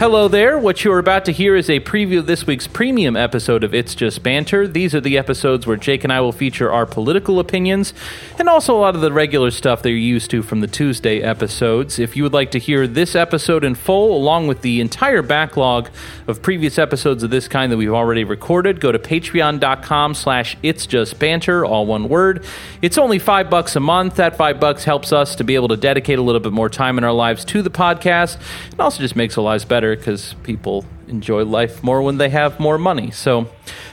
Hello there. What you are about to hear is a preview of this week's premium episode of It's Just Banter. These are the episodes where Jake and I will feature our political opinions and also a lot of the regular stuff that you're used to from the Tuesday episodes. If you would like to hear this episode in full, along with the entire backlog of previous episodes of this kind that we've already recorded, go to patreon.com slash it's just banter, all one word. It's only five bucks a month. That five bucks helps us to be able to dedicate a little bit more time in our lives to the podcast. It also just makes our lives better because people enjoy life more when they have more money. So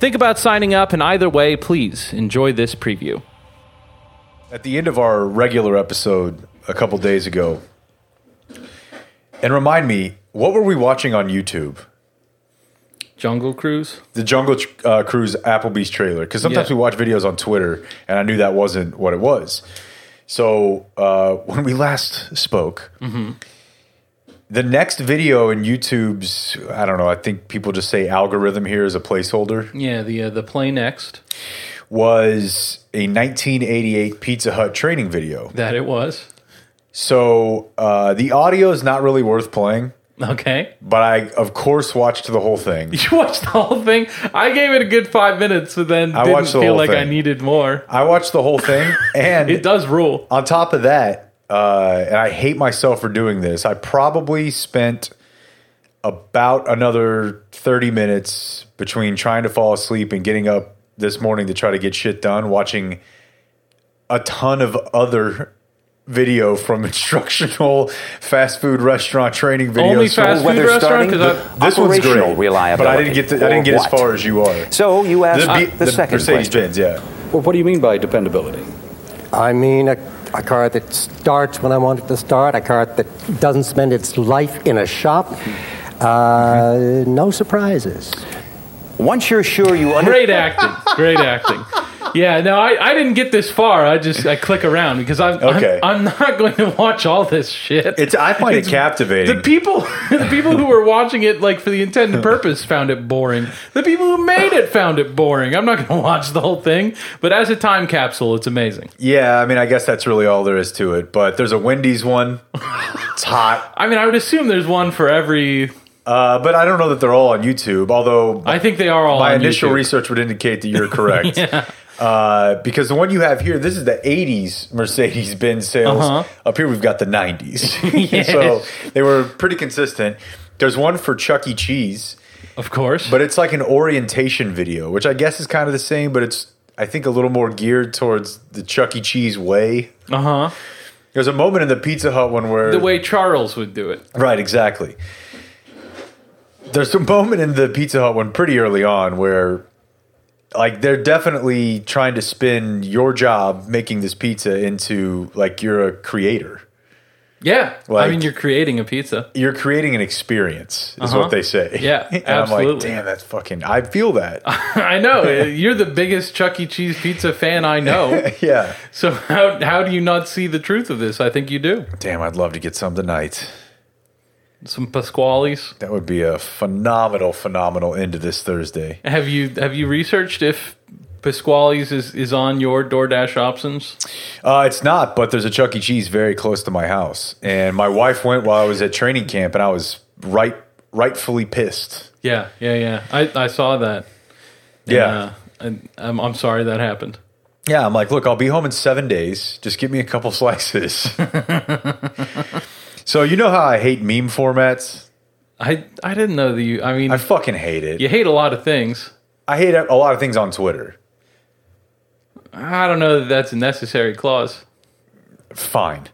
think about signing up, and either way, please enjoy this preview. At the end of our regular episode a couple days ago, and remind me, what were we watching on YouTube? Jungle Cruise? The Jungle uh, Cruise Applebee's trailer. Because sometimes Yeah. we watch videos on Twitter, and I knew that wasn't what it was. So uh, when we last spoke, the next video in YouTube's, I don't know, I think people just say algorithm here as a placeholder. Yeah, the uh, the play next. was a 1988 Pizza Hut training video. That it was. So uh, the audio is not really worth playing, Okay. but I, of course, watched the whole thing. You watched the whole thing. I gave it a good five minutes, but then I didn't watched the feel whole like I thing. needed more. I watched the whole thing, It and does rule. on top of that, uh, and I hate myself for doing this, I probably spent about another 30 minutes between trying to fall asleep and getting up this morning to try to get shit done, watching a ton of other video from instructional fast food restaurant training videos. Only So fast food whether restaurant starting because this one's great, Operational reliability, but I didn't get to, I or didn't get as what? far as you are. So you asked the, Be- the, second Mercedes question. Benz, yeah. Well, what do you mean by dependability? I mean, a, a car that starts when I want it to start, a car that doesn't spend its life in a shop. Uh, no surprises. Once you're sure you under- great acting, great acting. Yeah, no, I, I didn't get this far. I just I click around because I'm Okay. I'm, I'm not going to watch all this shit. It's I find it the captivating. people the people who were watching it like for the intended purpose found it boring. The people who made it found it boring. I'm not going to watch the whole thing, but as a time capsule, it's amazing. yeah, I mean, I guess that's really all there is to it. But there's a Wendy's one. it's hot, I mean, I would assume there's one for every. uh, but I don't know that they're all on YouTube. Although I think they are all. my on initial YouTube. research would indicate that you're correct. uh, because the one you have here, this is the 80s Mercedes Benz sales. Uh-huh. Up here, we've got the 90s. Yes. so they were pretty consistent. There's one for Chuck E. Cheese, of course. but it's like an orientation video, which I guess is kind of the same, but it's, I think, a little more geared towards the Chuck E. Cheese way. uh huh. There's a moment in the Pizza Hut one where. The way Charles would do it. Right, exactly. There's a moment in the Pizza Hut one pretty early on where like they're definitely trying to spin your job making this pizza into like you're a creator. Yeah. I Like- mean, you're creating a pizza. You're creating an experience, is Uh-huh. what they say. Yeah, and I'm absolutely. like, damn, that's fucking. I feel that. I know you're the biggest Chuck E. Cheese pizza fan I know. yeah. So how how do you not see the truth of this? I think you do. Damn, I'd love to get some tonight. Some Pasquales. That would be a phenomenal, phenomenal end to this Thursday. Have you have you researched if Pasquale's is, is on your DoorDash options? Uh, it's not, but there's a Chuck E. Cheese very close to my house, and my wife went while I was at training camp, and I was right, rightfully pissed. Yeah, yeah, yeah. I, I saw that. Yeah, Uh, and I'm I'm sorry that happened. yeah. I'm like, look, I'll be home in seven days. Just give me a couple slices. so you know how I hate meme formats. I I didn't know that you. I mean, I fucking hate it. you hate a lot of things. I hate a lot of things on Twitter. I don't know that that's a necessary clause. Fine.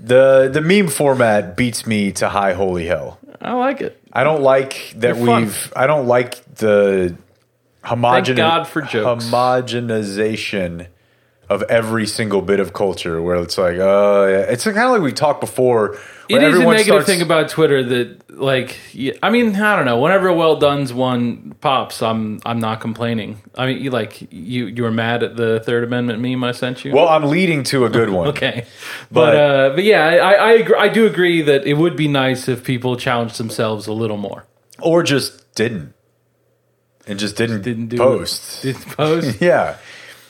the The meme format beats me to high holy hell. I like it. I don't like that They're fun. we've. I don't like the homogen- God for jokes. homogenization of every single bit of culture, where it's like, oh, yeah. it's kind of like we talked before. It where is a everyone negative starts- thing about Twitter that, like, yeah, I mean, I don't know. Whenever a well done's one pops, I'm I'm not complaining. I mean, you like you you were mad at the Third Amendment meme I sent you. Well, I'm leading to a good one. okay but But- uh, but yeah I, I agree, I do agree that it would be nice if people challenged themselves a little more or just didn't, and just didn't, didn't do post. did post Yeah,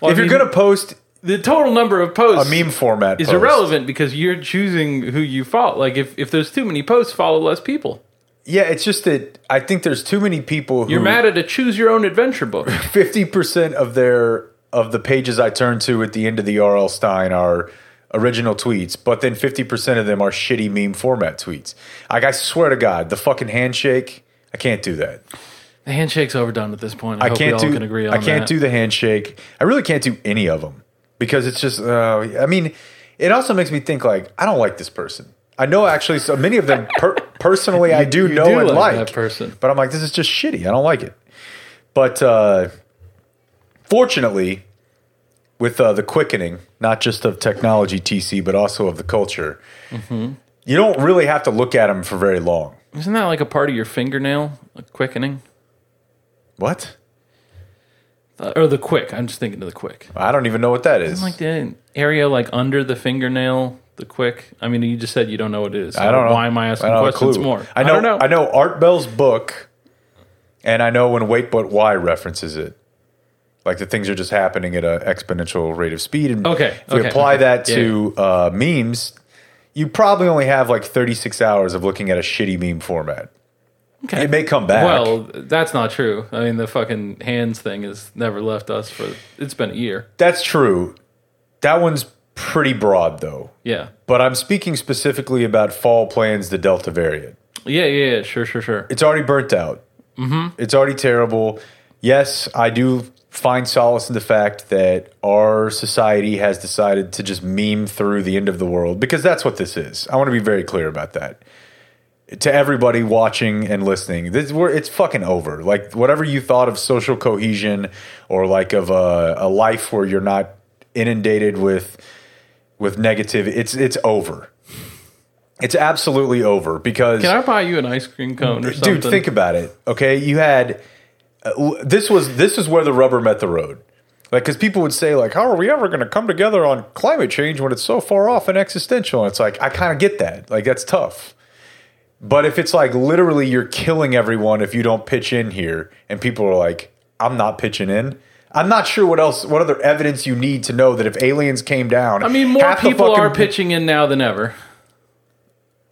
Well, if I mean- you're gonna post the total number of a posts meme format, is post, irrelevant because you're choosing who you follow like if, if there's too many posts follow less people yeah, it's just that I think there's too many people who You're mad at a choose your own adventure book. fifty percent of their of the pages I turn to at the end of the RL Stein are original tweets, but then fifty percent of them are shitty meme format tweets. Like I swear to God, the fucking handshake, I can't do that. the handshake's overdone at this point. I, I hope can't we all do. can agree on I can't that. do the handshake. I really can't do any of them because it's just. Uh, I mean, it also makes me think like I don't like this person. I know actually, so many of them per- personally I do know do and like like, that person. but I'm like this is just shitty. I don't like it. But uh, fortunately, with uh, the quickening, not just of technology TC, but also of the culture, Mm-hmm. you don't really have to look at them for very long. Isn't that like a part of your fingernail? A quickening? What? Uh, or the quick. I'm just thinking of the quick. I don't even know what that is. Like the area like under the fingernail, the quick. I mean, you just said you don't know what it is. so I don't know. Why am I asking don't have a questions clue. more? I know, I don't know. know Art Bell's book, and I know when Wait But Why references it. Like the things are just happening at an exponential rate of speed. And Okay, if we okay, apply okay. that Yeah, to uh, memes, you probably only have like 36 hours of looking at a shitty meme format. Okay. It may come back. Well, that's not true. I mean, the fucking hands thing has never left us for. It's been a year. That's true. That one's pretty broad, though. Yeah. But I'm speaking specifically about fall plans, the Delta variant. Yeah. Yeah. yeah sure. Sure. Sure. it's already burnt out. Mm-hmm. It's already terrible. Yes, I do find solace in the fact that our society has decided to just meme through the end of the world because that's what this is. I want to be very clear about that. To everybody watching and listening, this we're, it's fucking over. Like whatever you thought of social cohesion or like of a, a life where you're not inundated with with negative, it's it's over. It's absolutely over because Can I buy you an ice cream cone or something? Dude, think about it. Okay, you had uh, l- this was this is where the rubber met the road. Like, because people would say, like, how are we ever going to come together on climate change when it's so far off and existential? And it's like, I kind of get that. Like, that's tough. But if it's like literally you're killing everyone if you don't pitch in here, and people are like, I'm not pitching in. I'm not sure what else, what other evidence you need to know that if aliens came down, I mean, more half the people are fucking- pitching in now than ever.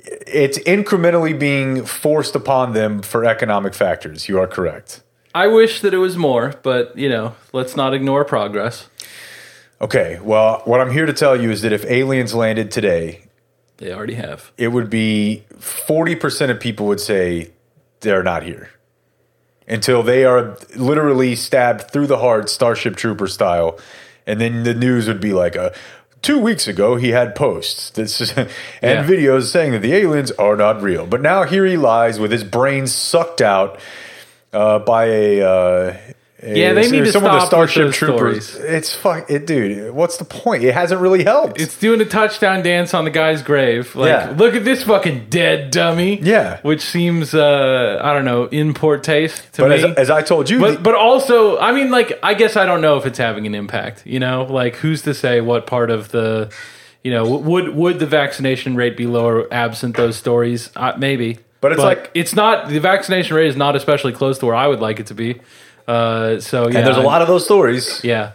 It's incrementally being forced upon them for economic factors. You are correct. I wish that it was more, but you know, let's not ignore progress. Okay, well, what I'm here to tell you is that if aliens landed today, They already have. it would be 40% of people would say they're not here until they are literally stabbed through the heart, Starship Trooper style. And then the news would be like, uh, two weeks ago, he had posts this is- and Yeah. videos saying that the aliens are not real. But now here he lies with his brain sucked out uh, by a. Uh, a- Yeah, they need to some of the stop with Starship those Troopers. stories. It's fuck, it, dude. What's the point? It hasn't really helped. It's doing a touchdown dance on the guy's grave. Like, Yeah. look at this fucking dead dummy. Yeah. Which seems, uh, I don't know, in poor taste to but me. as, as I told you, the- but but also, I mean, like, I guess I don't know if it's having an impact. You know, like, who's to say what part of the, you know, w- would would the vaccination rate be lower absent those stories? Uh, maybe. But it's like- it's not the vaccination rate is not especially close to where I would like it to be. Uh, so yeah, and there's a I- lot of those stories. Yeah,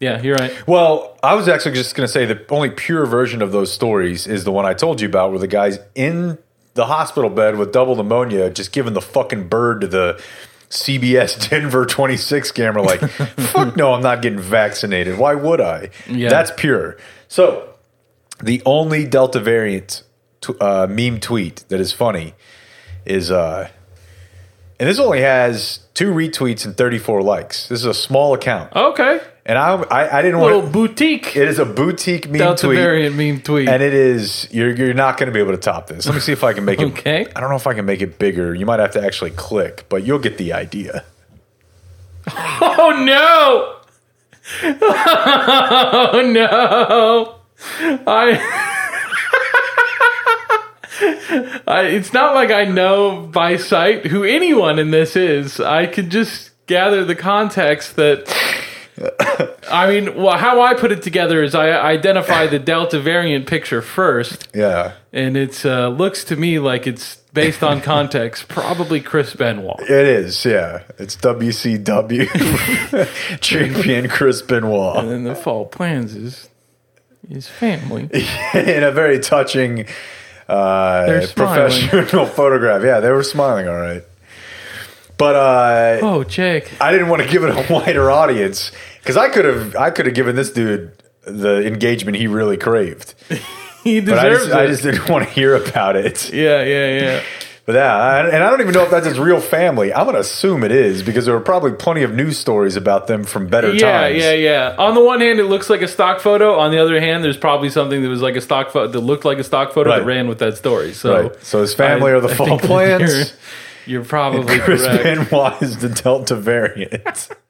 yeah, you're right. Well, I was actually just going to say the only pure version of those stories is the one I told you about, where the guy's in the hospital bed with double pneumonia, just giving the fucking bird to the CBS Denver 26 camera, like, fuck no, I'm not getting vaccinated. Why would I? Yeah. That's pure. So, the only Delta variant t- uh, meme tweet that is funny is, uh, and this only has two retweets and 34 likes. This is a small account. Okay, And I, I, I didn't want little boutique it is a boutique meme Delta tweet, variant meme tweet. and it is you're you're not going to be able to top this. Let me see if I can make it. Okay. I don't know if I can make it bigger. You might have to actually click, but you'll get the idea. oh no! oh no! I. I, it's not like I know by sight who anyone in this is. I could just gather the context that. I mean, well, how I put it together is I identify the Delta variant picture first, Yeah, and it uh, looks to me like it's based on context, probably Chris Benoit. it is. Yeah, it's WCW champion Chris Benoit And the fall plans is his family. in a very touching. uh, They're smiling. professional photograph. Yeah, they were smiling all right. But uh, Oh, Jake. I didn't want to give it a wider audience because I could have I could have given this dude the engagement he really craved. He But I deserves just, it. I just didn't want to hear about it. yeah, yeah, yeah. But yeah, I- and I don't even know if that's his real family. I'm going to assume it is because there were probably plenty of news stories about them from better Yeah, times. yeah, yeah. On the one hand, it looks like a stock photo. On the other hand, there's probably something that was like a stock photo that looked like a stock photo that Right. ran with that story. So, Right. So his family are the fall think that plants. You're, you're probably Chris correct. Benoit is the Delta variant.